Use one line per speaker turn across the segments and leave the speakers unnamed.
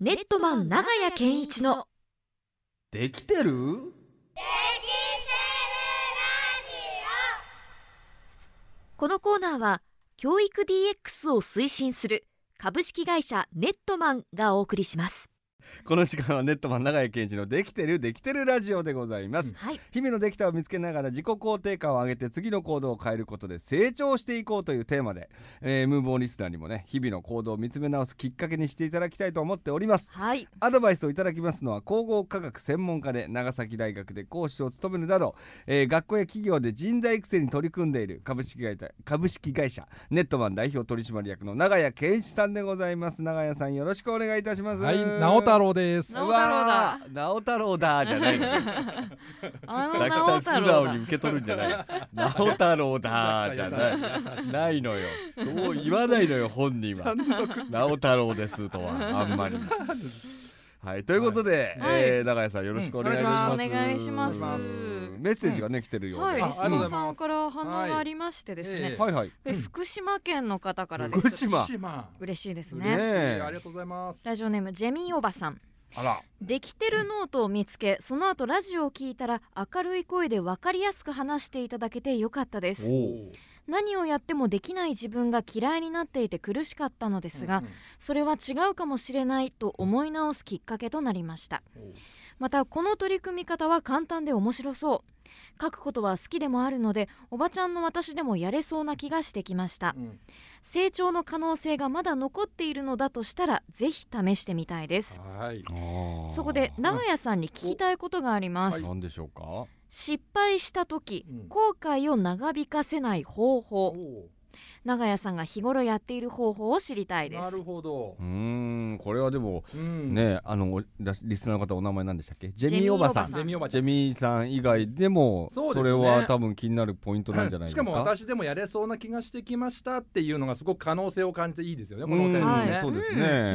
ネットマン長屋健一の
できてる
このコーナーは教育 DX を推進する株式会社ネットマンがお送りします。
この時間はネットマン長井健一のできてるできてるラジオでございます、
はい、
日々のできたを見つけながら自己肯定感を上げて次の行動を変えることで成長していこうというテーマで、えー、ムーボーリスナーにもね日々の行動を見つめ直すきっかけにしていただきたいと思っております
はい、
アドバイスをいただきますのは統合科学専門家で長崎大学で講師を務めるなど、えー学校や企業で人材育成に取り組んでいる株式会社株式会社ネットマン代表取締役の長屋健一さんでございます長屋さんよろしくお願いいたします
はい、直太朗です。
直
う
太朗だ
わー直太郎だじゃないのね
あ
ザキさん素直に受け取るんじゃ ない直太郎だじゃないないのよどう言わないのよ本人は直太郎ですとはあんまりはいということで、
はい
えー、長谷さんよろしくお願いします、
お願いします
お願
ま
いし
す
メッセージがね、来てるよう
は
で
い、
あ
リ
り
スナ
がとう
ー
ございます
さんから反応がありましてです
はい
ね、
ええ
はいはい
これ福島県の方からで
福
す。
島
島
嬉しいです
ね
ね。
えーありがとうございます。
ラジオネームジェミーおばさん。
あら
できてるノートを見つけその後ラジオを聞いたら明るい声で分かりやすく話していただけてよかったです
お
何をやってもできない自分が嫌いになっていて苦しかったのですが、それは違うかもしれないと思い直すきっかけとなりました
お
またこの取り組み方は簡単で面白そう書くことは好きでもあるのでおばちゃんの私でもやれそうな気がしてきました
うん
成長の可能性がまだ残っているのだとしたらぜひ試してみたいです
はい。
あー
そこで長屋さんに聞きたいことがあります、
なんでしょうか
失敗した時
うん
後悔を長引かせない方法
お
長屋さんが日頃やっている方法を知りたいです
なるほど
う。ーんこれはでも
うん。
ねあのおラリスナーの方お名前なんでしたっけジ
ェ
ェ
ミ
ミ
ー
ー
お
お
ば
ば
さ
さ
ん
ん
ゼミおばち
ジ
ゃ
ェ
ん。
ミーさん以外でも
そう
そ
ですね
れは多分気になるポイントなんじゃないで
し
すか
かも私でもやれそうな気がしてきましたっていうのがすごく可能性を感じていいですよね。このお便り
うん
はい
ね。
そうです
う
ね、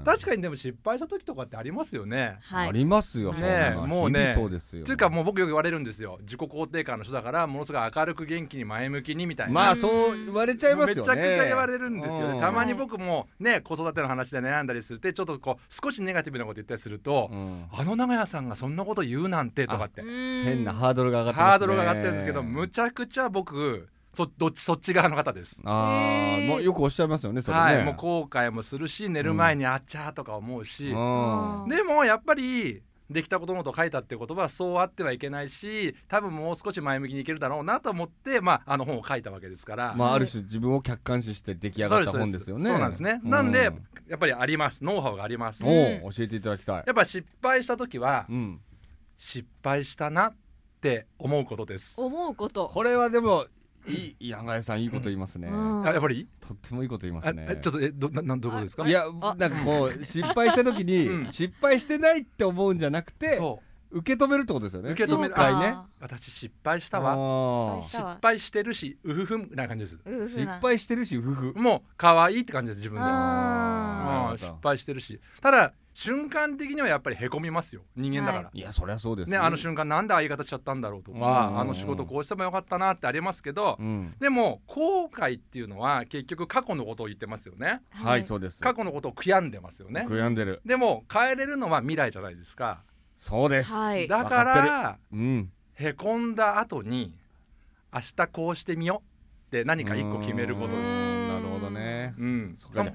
ん確かにでも失敗した時とかってありますよね。
は
あ
い
りますよ、
ね
そんなの
もうね
日々そうですよ
っていうかもう僕よく言われるんですよ自己肯定感の人だからものすごい明るく元気に前向きにみたいな、
まあそう言われちゃいますよね
めちゃくちゃ言われるんですよね、
うん
たまに僕もね子育ての話で悩んだりするってちょっとこう少しネガティブなこと言ったりすると、
うん
あの長屋さんがそんなこと言うなんてとかって
変な
うーん
ハードルが上がってますね
ハードルが上がってるんですけどむちゃくちゃ僕そどっちそっち側の方です。
あ
へ
ー
ー
もうよくおっしゃいますよねそれね、
はい、もう後悔もするし寝る前にあっちゃーとか思うし、
うん
ん
でもやっぱりできたことのと書いたってことはそうあってはいけないし多分もう少し前向きにいけるだろうなと思って、まあ、あの本を書いたわけですから、
まあある種自分を客観視して出来上がった本ですよね
そうなんですね、なんでやっぱりありますノウハウがあります、
お
ん
や
おう教えていただきたい
っぱ失敗した時は
うん
失敗したなって思うことです
思うこと
これはでもいい長谷さんいいこと言いますね、
うん
あやっぱり、
とってもいいこと言いま
あ
すね
あちょっとえどななんどういうことですか
いや
あ
なんかこ う失敗した時に、
うん
失敗してないって思うんじゃなくて
そう
受け止めるってことですよね
受け止める
一回ね
そうか
私失敗したわ
あ
失
ー
失敗してるしうふふみたいな感じです
うふ
失
な
敗してるし夫婦
もう可愛いって感じです自分で
あー
うん失敗してるしただ瞬間的にはやっぱりへこみますよ人間だから、
はい
やそりゃそうです
ねあの瞬間なんでああいう形しちゃったんだろうと
う
か
ん
あの仕事こうしてもよかったなってありますけど、
うん
でも後悔っていうのは結局過去のことを言ってますよね
はいそうです
過去のことを悔やんでますよね
悔やんでる
でも変えれるのは未来じゃないですか
そうです
はい
だ
わ
か
ってる
ら
うん
へこんだ後に明日こうしてみようって何か一個決めること
う
で
ん
す
なるほどね
うん
そっかじゃ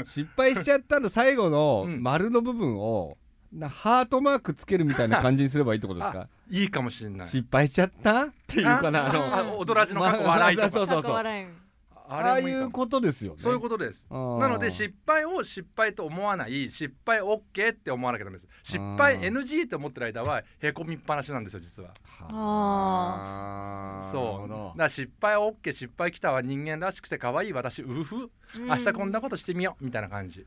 あ失敗しちゃったの最後の
うん
丸の部分をなハートマークつけるみたいな感じにすればいいってことですか
いいかもしれない
失敗しちゃったっていうかな
あ
あの
あ踊らじの過去笑いとか、
そうそうそう
笑い
ああ
れも
い
かも
うことですよね
そういうことです
と
なので失敗を失敗と思わない失敗 OK って思わなきゃダメです失敗
あー
NG って思ってる間はへこみっぱなしなんですよ実は
あーな
そう
る
だ
ほど
から失敗 OK 失敗きたは人間らしくて可愛い私うふふ明日こんな
こ
ことしてみようみたいな感じ
と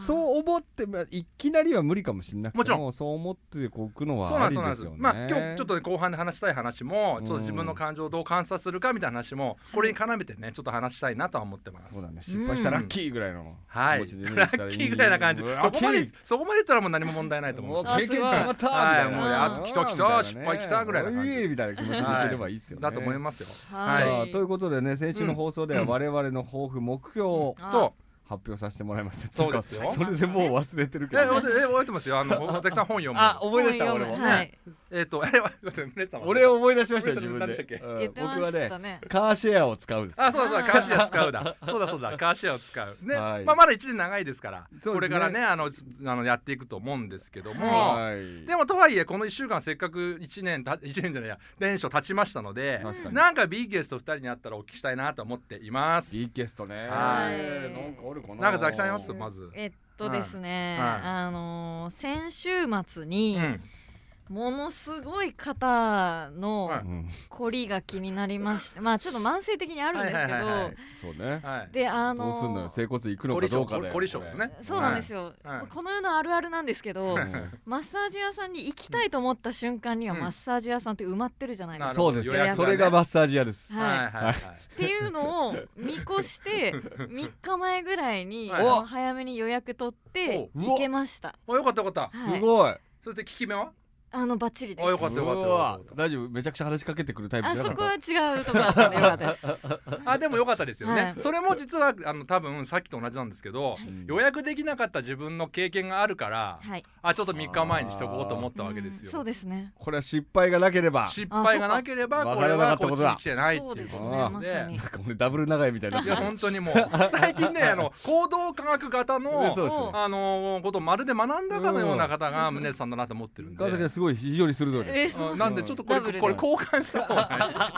そう思ってまあいきなりは無理かもしれなくても
もちろ
そう思ってこう置くの
そ
は
うな
あ
んで
り
すそうな
で
んですす
よね
まあ今日ちょっと後半で話したい話も
うん
ちょっと自分の感情をどう観察するかみたいな話もこれに絡めてねちょっと話したいなとは思ってます
そうだね失敗したらラッキーぐらいの気
はい、
持ちでね
ラッキーぐらいな感じ
う
そ
わ
こま
ラッ
で
キ
そこまでいったらもう何も問題ないと思う
ーもう経験したまったみ
はい
たいな
もうあと
来た
み
来た
いなね
失敗来たぐらいな感じ
おえみたいな気持ちでいければいいですよね
だと思いますよ
はい
さあということでね先週の放送では
うん
我々の抱負目標を
あ
と
発表させてもらいました
そうですよ
つうかそれでもう忘れてる
い
け
や
ど
いや
ね、
覚えてえ覚えてますよあの大竹さん本読む
あ思い出した
本
俺
読む
も、
はい、
えっ、とあれは 待ってさんは
俺を思い出しましたよ自分
何
で
でしたっけ
うん
言ってま
僕は
し
ね
たね
カーシェアを使うんです
あそうだそうだカーシェア使うだそうだそうだカーシェアを使うね、
はい
まあまだ1年長いですから
そうですね
これからねあのすあのやっていくと思うんですけども、
はい
でもとはいえこの1週間せっかく1年た1年じゃないや年初経ちましたので
確かに
なんか B ゲスト2人に会ったらお聞きしたいなと思っています。
リクエストね
はい
なんかあるかな
なんかザキさんありますまず
えっとですね、
はいはい
あのー先週末に、
うん
ものすごい肩
は
の
い
うん
凝りが気になりまして、まあちょっと慢性的にあるんですけど、
はいはいはいはい
そうね
はい、
であ
どうすんのよ
のー
整骨院行くのかどうかで
凝り性凝り性ですね
そうなんですよ、
はいはい
この世のあるあるなんですけど、
うん
マッサージ屋さんに行きたいと思った瞬間には、
うん
マッサージ屋さんって埋まってるじゃないです
なる
か。
そうです
予約がね
それがマッサージ屋です
はい
はい、
はいはい
っていうのを見越 して3日前ぐらいに
はい
あの早めに予約取って
お
行けました。
およかったよかった
はい
すごい
そして効き目は
あのバッチリで
あよ
す。
かったよかった
うわ
よかった
大丈夫めちゃくちゃ話しかけてくるタイプ
あ
じゃな
そ
かっ
こ
た
は違うとこだったんでよかったです。
あでもよかったですよね、
はい
それも実はあの多分さっきと同じなんですけど、
うん
予約できなかった自分の経験があるから、
はい。
あちょっと3日前にしとこうと思ったわけです
う
よ
ん。そうですね。
これは失敗がなければ
失敗がなければ
あそうか
これ
わからなか
はこっち
ったことだ
に来てないっていうこ
そう
と
ですね
なの
ま
で。
さに
なんか俺ダブル長いみたいにない
や本当 にもう最近ねあの行動科学型の
そうです
もう
あのことをまるで学んだかのような方が宗さんだなと思ってるんで
川崎はすごい非常に鋭いです
えそう
うんなんでちょっとこれ
ダブルで
これ交換した方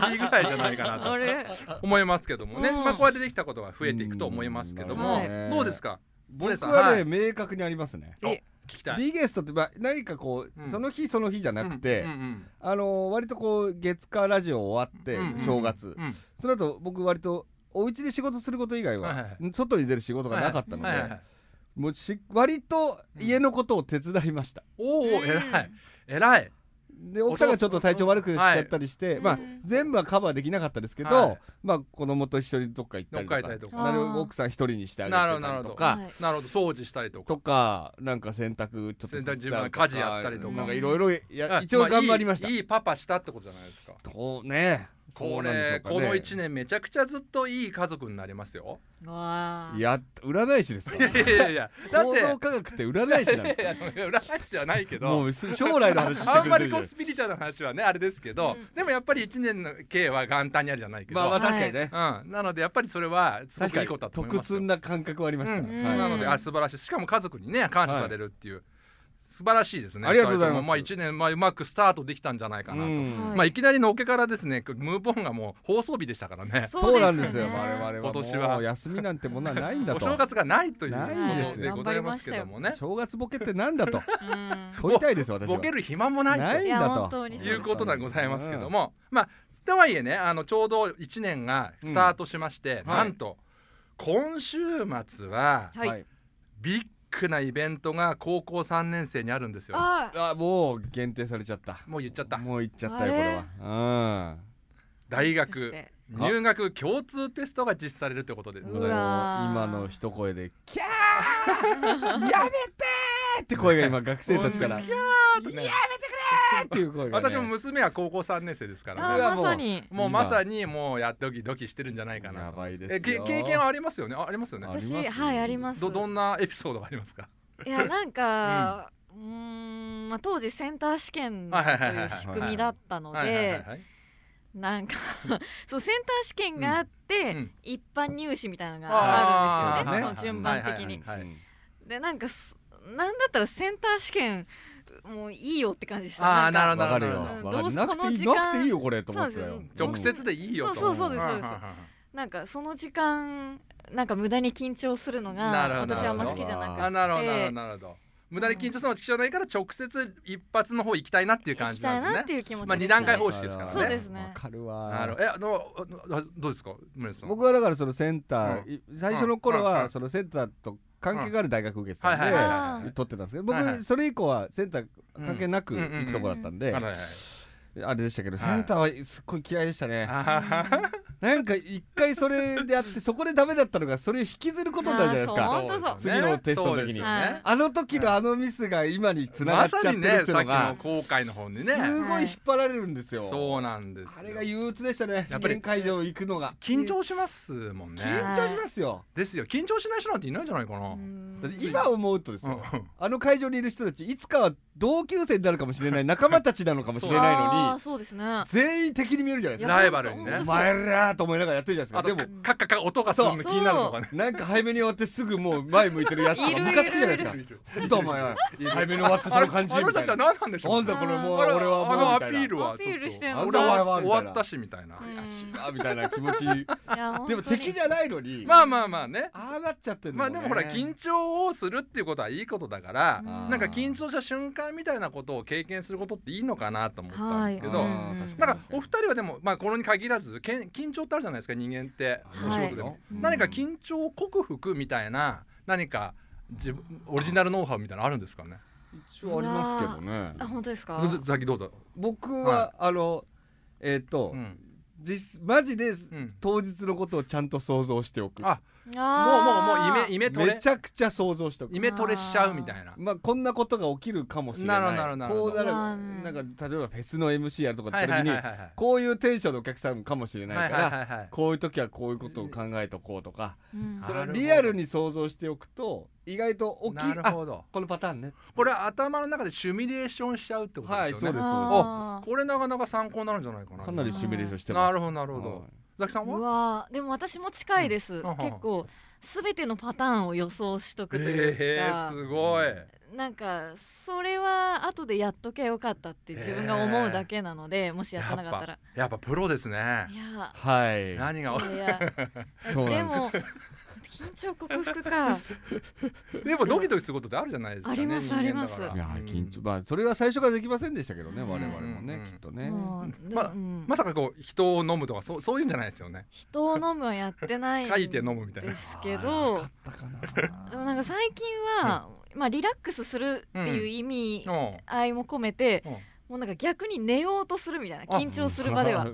がいいぐらいじゃないかな
あ
と
れ
思いますけどもね、
うん
まあ、こうやってできたことが増えていくと思いますけども、
うん
はい
どうですか
僕
宗さん
はね明確にありますね
お聞
え
きたい。
リゲストってまあ何かこ
う
うんその日その日じゃなくて
うんうん
あのー割とこう月火ラジオ終わって
うん
正月
うんうん
その後僕割とお家で仕事すること以外
はいは
は外に出る仕事がなかったの
はいはい
で
はい
もうし割と家のことを手伝いました
おお
うん
偉い偉い。
で奥さんがちょっと体調悪くしちゃったりして、
いう
まあ
ん
全部はカバーできなかったですけど、
はい
まあ子供と一緒にどっか行ったりと
どっか行ったり
か
とか
なるべ
あ
く
ー
奥さん一人にしてあげ
なるほ
て
どな
たり
るほ
と
ど
か
はい
なるほど掃除したりとか。
とかなんか洗濯ちょっと手伝うと
洗濯自分家事やったりと
か
なんかいろいろ
あ
や一応頑張りました、
あいいいいパパしたってことじゃないですか。
とね
こ
そうなんでしょ
れ
うかね
この1年めちゃくちゃずっといい家族になりますよ。
わあ。
いや占 い師ですか
いやいやいやだっ
行
て
動科学って占い師なんです
いやいやいや占い師ではないけど
もうし将来の話して
あ
く
ん
れ
ま
てる
り
じゃ
こ
ないうです
スピリチュアルな話はねあれですけど、
うん
でもやっぱり1年の経は元旦にあるじゃないけど、
まあまあ確かにね、
うん、なのでやっぱりそれはすご
確
く
か
いい
に
ことだと思い
特
ますよ
通な感覚はありました、
うん
はい
なので
うん
あ素晴らしいしかも家族にね感謝されるっていう、素晴らしいですね
ありがとうございます
二人もまあ、1年、まあ、うまくスタートできたんじゃないかなと、
うん
はい
まあ、いきなりのおけからですねムーボンがもう放送日でしたからね
そうなんですよ
ね
我々は
今年は
もう休みなんてものはないんだ
お
と
正月がないというこ
ないんです
と
よ
でございますけどもね
正月ボケってなんだと
うん
問いたいです私は
ボケる暇もないと
ないん
いや
だ
本
と
当にそう
いうことでございますけども、まあとはいえねあのちょうど1年がスタートしまし
う
て、
ん
なんと、今週末は
は、
はいい
ビッグなイベントが高校3年生にあるんですよ
あー
あもう限定されちゃった
もう言っちゃった
もう言っちゃったよこれは
大
もし
学
かして
入学共通テストが実施されるということで
う
ご
ん
う
ざいま
わー
今の一声で「キャーやめて!」って声が今学生たちから「
うん
キャーやめてくれ!」っていう声
す
が、ね、
私も娘は高校3年生ですか
あ
ら
う
ね
わ
ーまさに
もうまさにもうやドキドキしてるんじゃないかな
や
と思
ば
うん
いで
す
すよ
えけ経験はありますよねあありますよね
あります
私
よ
はいあります
どどんなエピソードがありま すか
いやなんか、うーんまあ、当時センター試験という仕組みだったの
はいはいはい
で
はい
なんか そうセンター試験があって、
うん
一般入試みたいなのがあるんですよ
あー
ねその順番的に。
はいはいはい
でなんかすなんだったらセンター試験もういいよって感じでした
あー
んか
なるほ
わかるよ
うん
わか
ど
る
うせ
なくていい
この時間
なくていいよこれと思ってたよ
そうです
うん
直接でいいよと
そうそうそうですそうです
んんん
なんかその時間なんか無駄に緊張するのが
なるほど
私はあんま好きじゃなくて
あなるほどなるほどなるほど無駄に緊張するのは必要ないから直接一発の方行きたいなっていう感
行き
じ
たい
なん
なっ
です
て
ね
いう気持ち
まあ二
でした
段階方式ですからね
そうですね
わかるわ
なるほどえあのああどうですか村瀬さん
僕はだからそのセンター、
う
い最初の頃
う
は
ん
そのセンターと関係がある大学受けてたんで、
はいはいはいは
あ
い
取ってたんですけど
はいは
僕
い
それ以降はセンター関係なく行くとこだったんで、
はいはいはい
あれでしたけど
はい
センターはすっごい嫌いでしたね、
あはは
なんか一回それであってそこでダメだったのがそれを引きずることになるじゃないです
あー
か
本当そう
ですよ
次のテストの時に
そうですよ
はい
あの時のあのミスが今に繋が
ま
っちゃっ
さ
てるっ
に
てい
ね
う
さっ
の
き
が
の後悔の方に
す
ね
ごい引っ張られるんですよ
そうなんですよ
あれが憂鬱でしたね
や
試
っぱり
験会場行くのが
緊張しますもんね
緊張しますよ
ですよ緊張しない人なんていないんじゃないかな、
だって今思うとです
うん
よあの会場にいる人たちいつかは同級生になるかもしれない仲間たちなのかもしれないの
あ
に
ーそうですね
全員敵に見えるじゃないですか
ライバルにね
いや
お
本当
前らと思いながらやってるじゃないですかで
あと
も
カッカッカッ音がするの気になるとかね
なんか早めに終わってすぐもう前向いてるやつとかムカつくじゃないですかなんだお前は早めに終わってその感じ
あの
み
人
た
た
い
ちは
な
何なんでしょう
なんだこれもう俺は
あ
もう
の
み
ア
たい
ピ
な
ールはちょっと
アピールしてん
の
俺は
俺はみたいな
終わったしみたいな、
うん
悔しいなみたいな気持ち
いや本当
で
に
も敵じゃないのに
まあまあまあね
ああなっちゃってる
まあでもほら
緊
緊張をするっていうことはいいことだから、
うん
なんか緊張した瞬間みたいなことを経験することっていいのかなと思ったんですけど、
はい
なんかお二人はでもまあこれに限らずけん緊張ってあるじゃないですか人間ってお仕事でも、
はいうん
何か緊張を克服みたいな何か自分オリジナルノウハウみたいなのあるんですかね
一応ありますけどね
あ本当ですか
どうぞさっきどうぞ、
僕
は
はあのえっと
うん
実マジで
うん、
当日のことをちゃんと想像しておく
あもうもうもうイメイメトレ
めちゃくちゃ想像しておく
イメトレしちゃうみたいな
まあこんなことが起きるかもしれない
なるほどなるほ
こ
ど
うなる
うん
なんか例えばフェスの MC やるとかだ
は
っ
い
た
はい
時
はい
に
はいはい
こういうテンションのお客さんかもしれないから
はいはいはい
こういう時はこういうことを考えとこうとか
うん
それは
なるほど
リアルに想像しておくと意外と起
な
き
る
あ
ほど
このパターンね
これは頭の中でシミュレーションしちゃうってことですよね、
はいそうです
あー
これなかなか参考になるんじゃないかな
かなり
し
シミュレーションして
な
ます
るほどなるほど、
はい
ザキさん
う
は
わーでも私も近いです、
ん
結構すべてのパターンを予想しとくというか、
えー、すごい
なんかそれは後でやっとけよかったって自分が思うだけなので、もしやってなかったら
やっぱプロです
い
ね
や
はい
何が
いやいや
そう
で
なん で
も
す
緊張克服か
でもドキドキすることってあるじゃないですか、ね、
あります
人間だから
あ
いや
うん
緊張まあそれは最初からできませんでしたけどね
うん
我々も
う
ね
ん
きっとね
もうで
ま
うん
まさかこう人を飲むとかそうそういうんじゃないですよね
人を飲むはやってない
書いて飲むみたいな
ですけ
あー
ど
わかったかな
でもなんか最近は、まあ、リラックスするっていう意味
うん
合いも込めて、
うん
もうなんか逆に寝ようとするみたいな緊張する場 では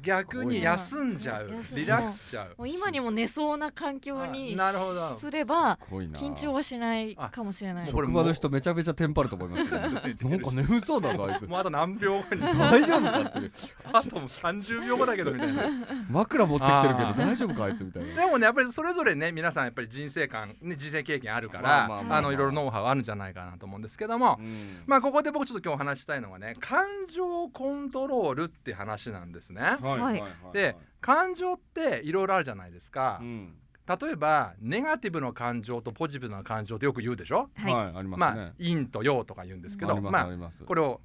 逆に休んじゃう
うん休ん
リラックスしちゃう
もう今にも寝そうな環境に
あなるほど
すれば
すごいな
緊張はしないかもしれない
あもうこれ
職場の人めちゃめちゃテンパると思いますけど、なんか眠そうだなあいつ
もうあと何秒後に
大丈夫かって
あともう30秒後だけどみたいな
枕持ってきてるけ
あ
ど
ー
大丈夫かあいつみたいな
でもねやっぱりそれぞれね皆さんやっぱり人生観、ね、人生経験あるか
まあ
ら
まあまあまあ
あのいろいろノウハウあるんじゃないかなと思うんですけども、まあここで僕ちょっと今日お話ししたいのはね感情コントロールって話なんですね。
はいはいは
で感情っていろいろあるじゃないですか
う。ん
例えばネガティブの感情とポジティブな感情ってよく言うでしょ。
はい、
はい、
あります
まあ
ね、
陰と陽とか言うんですけど、
あります、あ
ま
ります
あこれを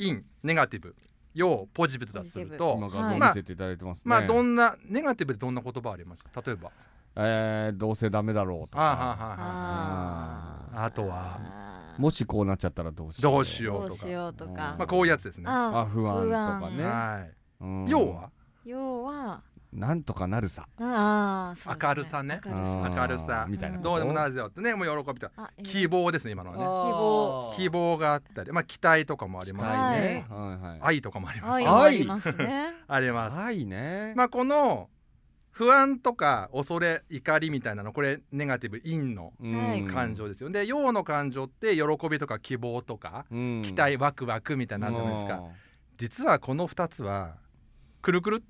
陰ネガティブ陽ポジティブだとする
ポジ
と
ティブ
今。画像
ま
見
あ
せていただいてますね、
まあどんなネガティブでどんな言葉あります例えば
えーどうせダメだろうと
あーはーは
か
ーは
あ
ーあとは
あー
もしこうなっちゃったらどうしよう
どうしよ
どうしようとか
うん
まあこういうやつですね。
あー
あ不安とかね
は
うん
い。要は
要は
なんとかなるさ
あーそうです
明るさね
明るさ
あー
明るさ
みたいなこと
どうでもなるぜよってねもう喜びた
あえー
希望ですね今のはね
希望
あー
希望があったりまあ期待とかもあり
期
ます
期
待
ね
ねはいはい
愛とかもあります
愛
は
も
い
ありますね
あります
愛ね
まあこの不安とか恐れ怒りみたいなのこれネガティブ陰の
はい
うん
感情ですよで陽の感情って喜びとか希望とか
うん
期待ワクワクみたいなのあるじゃないですか実はこの2つはくるくる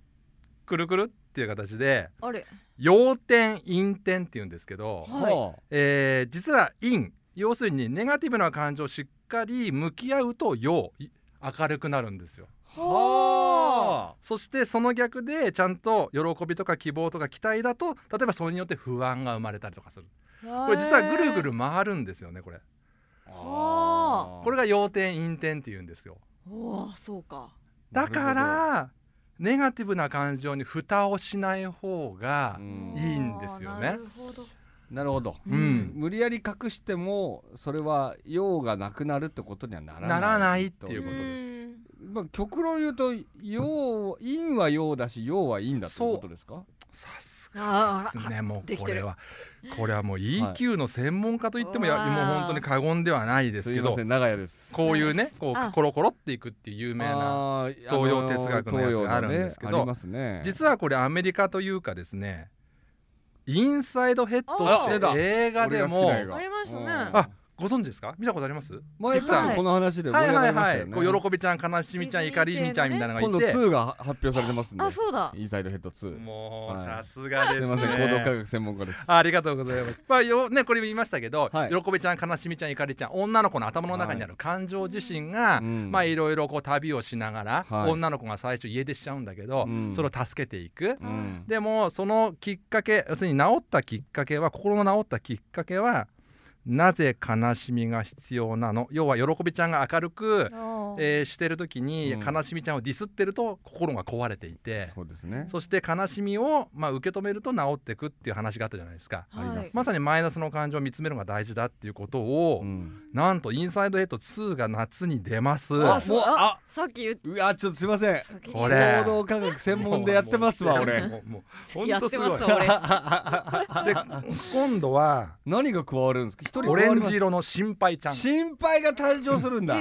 くるくるっていう形で
あれ
陽点陰点っていうんですけど
うんは
えー実は陰要するにネガティブな感情をしっかり向き合うと陽い明るくなるんですよ
あは
そしてその逆でちゃんと喜びとか希望とか期待だと例えばそれによって不安が生まれたりとかするこ
こ
れ実はぐるぐる回るんですよねこれ
あ
は
これ
が
が陽点陰点っていうんですよ
おーそうか
だからネガティブな感情に蓋をしない方がいいんですよね
あーなるほど
なるほど
うん
無理やり隠してもそれは用がなくなるってことにはならない
ならないっていううことです
ん
まあ極論言うと用陰は用だし用は陰だっていうことですか
さす
あ
ですねも
で
う
き
こ
てる
れはこれはもう EQ の専門家と言ってもいや
わあ
もう本当に過言ではないで
す
すけ
い
ど
ません長屋です
こういうねこ
あ
うコロコロっていくっていう有名な
あー
東洋哲学のやつがあるんですけど
東洋のねありますね
実はこれアメリカというかですねインサイドヘッ
あ出
ドったて映画で
俺が好き
も
な映画
ありましたね
うん
あご存知ですか見たことあります
前
ピ
確
クサー
かにこの話で盛
は
り
い
上が
は
り
い
まし
は
た
い
よね、
こう喜びちゃん悲しみちゃん
ディズニー
怒りみちゃんみたいなの
今
が
度
いて
2が発表されてますんで
あそうだ
インサイドヘッド2
もう
はい
さすが
す
で
い
す
ません行動科
ね
学専門家です
ありがとうございます。まあよねこれも言いましたけど、
はい
喜びちゃん悲しみちゃん怒りちゃん女の子の頭の中にある感情自身が、
うん
まあいろいろこう旅をしながら、
はい
女の子が最初家出しちゃうんだけど、
うん
それを助けていく。
うん
でもそのきっかけ要するに治ったきっかけは心の治ったきっかけはなぜ悲しみが必要なの要は喜びちゃんが明るく、
あー
えーしてる時に、
うん
悲しみちゃんをディスってると心が壊れていて
そうですね
そして悲しみを、まあ、受け止めると治っていくっていう話があったじゃないですか。
あります
まさにマイナスの感情を見つめるのが大事だっていうことを、
うん
なんとインサイドヘッド2が夏に出ます。
あ
そう
もうあ
さっき言っ
うわちょっとすいません
た
これ
行動科学専門でやってますわ俺
もうもう
やっ
本当す
てま
ごい
す。わ俺
で今度は
何が加わるんですか一人加
オ
わり
レ
ます
ンジ色の心配ちゃん。こ
心配が誕生するんだ、
こ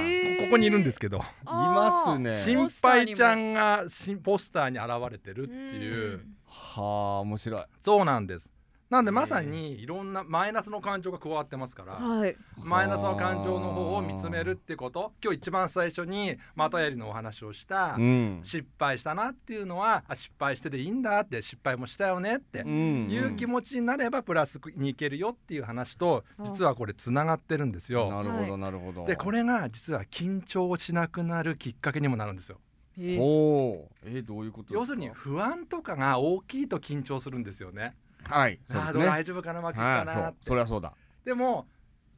こにいるんですけど、
い
いますね
心配ちゃんがしポスターに現れてるっていう、
はあ面白い
そうなんです。なんでまさにいろんなマイナスの感情が加わってますから、
はい
マイナスの感情の方を見つめるってこと今日一番最初にまたやりのお話をした、
うん
失敗したなっていうのはあ失敗してでいいんだって失敗もしたよねって
うん
いう気持ちになればプラスにいけるよっていう話と実はこれつながってるんですよ。
なるほ
は
どなるほど、
でこれが実は緊張しなくなるきっかけにもなるんですよ。
えー
おおえー、どういうことですか
要するに不安とかが大きいと緊張するんですよね。
はいそう
あ
です
あど
ね
う
はい
大丈夫かな負けるか
そ
な
う
って
そりゃそうだ
でも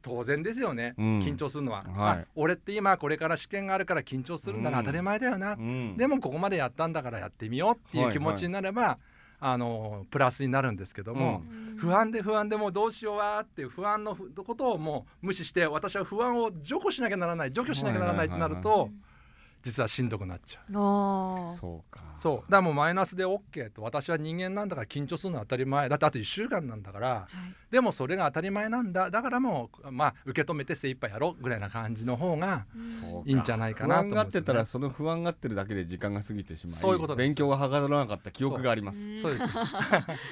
当然ですよね、
うん
緊張するのは、
はい
あ俺って今これから試験があるから緊張するんだな、
うん
当たり前だよな、
うん
でもここまでやったんだからやってみようっていう気持ちになれば、あのプラスになるんですけども、
う
不安で不安でもうどうしようわーっていう不安のふことをもう無視して私は不安を除去しなきゃならない除去しなきゃならないってなると、実はしんどくなっちゃう。
あー
そうか
そうだからもうマイナスで OK と私は人間なんだから緊張するのは当たり前だってあと1週間なんだからでもそれが当たり前なんだだからもう、まあ、受け止めて精一杯やろうぐらいな感じの方が
そう
いいんじゃないか
不
なと
安
思
が
う
っ
んです
て
よね
たらその不安がってるだけで時間が過ぎてしまい
そういうことです
勉強がはからなかった記憶があります、
うん
そうです
あ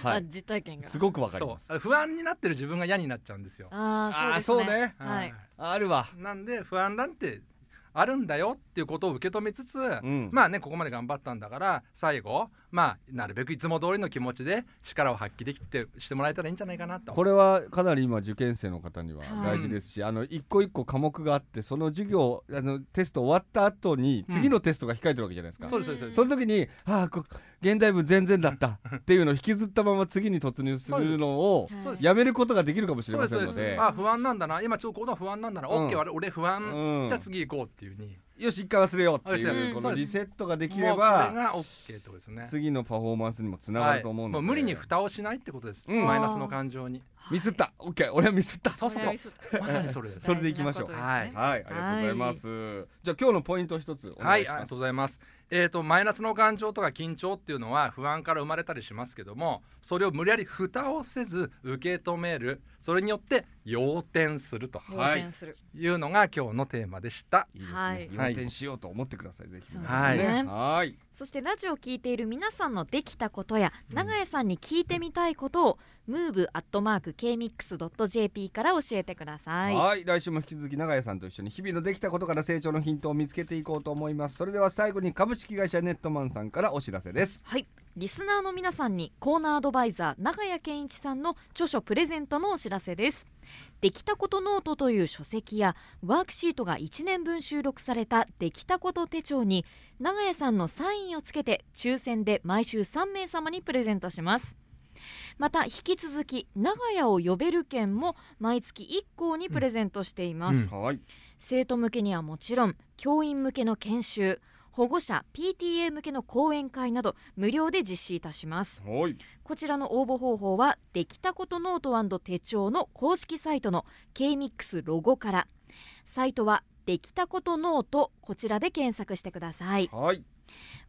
はい
実体験が
すごくわかり
そ
ます
う不安になってる自分が嫌になっちゃうんですよ。
あ
ー
あそうですねは
はいい、
あるわ
なんで不安なんてあるんだよっていうことを受け止めつつ、
うん
まあねここまで頑張ったんだから最後まあなるべくいつも通りの気持ちで力を発揮できてしてもらえたらいいんじゃないかなと。
これはかなり今受験生の方には大事ですし、あの一個一個科目があってその授業あのテスト終わった後に
うん
次のテストが控えてるわけじゃないですか、
そうですそうですそうです
その時に「ああこ現代文全然だった」っていうのを引きずったまま次に突入するのを
はい
そうです
やめることができるかもしれ
そう
ま
で
せ
す
ん
そうで
の
す
で。
あ不安なんだな今ちょっとこの不安なんだな、
うん
OK 俺俺不安、
うん
じゃあ次行こうっていうふうに
よし一回忘れようって
あ違
いううこ
そ
の
うで
リ
す
セットができれ
もうこれ
ば
が OK ってことですね
次のパフォーマンスにもつながると思うので、
はいもう無理に蓋をしないってことです、
うん
マイナスの感情 に
ミスったオッケー俺はミスった
そうそうそうまさにそれです
それでいきましょう
は
はいい
はいありがとうございます、じゃあ今日のポイントを一つお
は
願い
い
し
あり
ま
が
す、
とうございますえっ、とマイナスの感情とか緊張っていうのは不安から生まれたりしますけどもそれを無理やり蓋をせず受け止めるそれによって要点すると
はい
要点する
いうのが今日のテーマでした
いいですね、
はい
要点しようと思ってください、ぜひ
そうです
ねはい
はい
そしてラジオを聞いている皆さんのできたことや
うん
長江さんに聞いてみたいことを move.kmix.jp から教えてください
はい来週も引き続き永井さんと一緒に日々のできたことから成長のヒントを見つけていこうと思いますそれでは最後に株式会社ネットマンさんからお知らせです
はいリスナーの皆さんにコーナーアドバイザー長谷健一さんの著書プレゼントのお知らせですできたことノートという書籍やワークシートが1年分収録されたできたこと手帳に長谷さんのサインをつけて抽選で毎週3名様にプレゼントしますまた引き続き長谷を呼べる券も毎月1項にプレゼントしています、
うん
はい
生徒向けにはもちろん教員向けの研修保護者 PTA 向けの講演会など無料で実施いたします
はい
こちらの応募方法はできたことノート手帳の公式サイトの KMIX ロゴからサイトはできたことノートこちらで検索してください
はい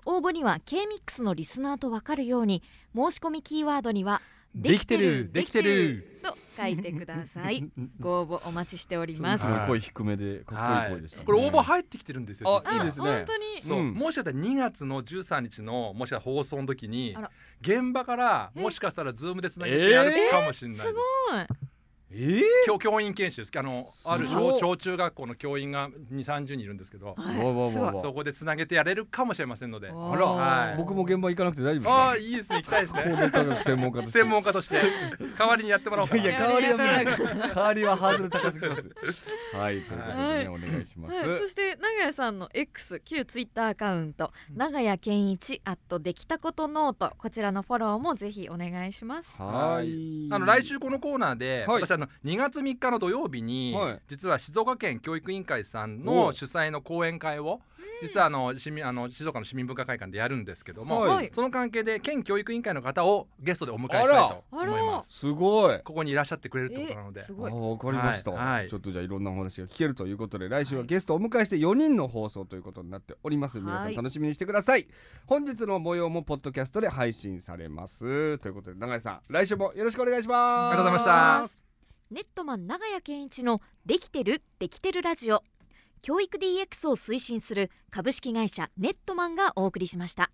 応募には K-MIX のリスナーとわかるように申し込みキーワードには
できてる
できてると書いてくださ いご応募お待ちしておりま
いつ
す
も
あ
より声低めでかっこいい声でした、ね
これ応募入ってきてるんですよ。
あいいですね
本当に
そう、
うん
もしかしたら2月の13日のもしかしたら放送の時に
あら
現場からもしかしたらズームでつなげて
え
やるかもしれないです
すごい
えー
教教員研修ですあの
すごい
ある小小中学校の教員が2 3 0人いるんですけど
はい
わわわ
すごい
わ
そこでつなげてやれるかもしれませんのであ
おー
あら
はい
僕も現場行かなくて大丈夫です
あ
か
ーいいですね行きたいです
工 業
ね
科学専門家として
専門家として代わりにやってもらおうか
い
な
やいや代わりは無理です代わりはハードル高すぎますはいということでね、
はい
お願いします、
はい、そして長屋さんの X 旧ツイッターアカウント長屋健一アットできたことノートこちらのフォローもぜひお願いします。
は
はい
い
あの来週このコーナーで、
はい
私あの2月3日の土曜日に、
はい
実は静岡県教育委員会さん
おう
の主催の講演会を実はあの市民あの静岡の市民文化会館でやるんですけども、
はい
その関係で県教育委員会の方をゲストでお迎えしたいと思い
あらあら
ます。
すごい
ここにいらっしゃってくれるってことなので、
えす
あ
ごい。
わかりました、
はいはい
ちょっとじゃあいろんなお話が聞けるということで来週は
はい
ゲストをお迎えして4人の放送ということになっております、皆さ
は
ん
い
楽しみにしてください本日の模様もポッドキャストで配信されますということで永井さん来週もよろしくお願いします
ありがとうございました
ネットマン長屋健一のできてるできてるラジオ教育 DX を推進する株式会社ネットマンがお送りしました。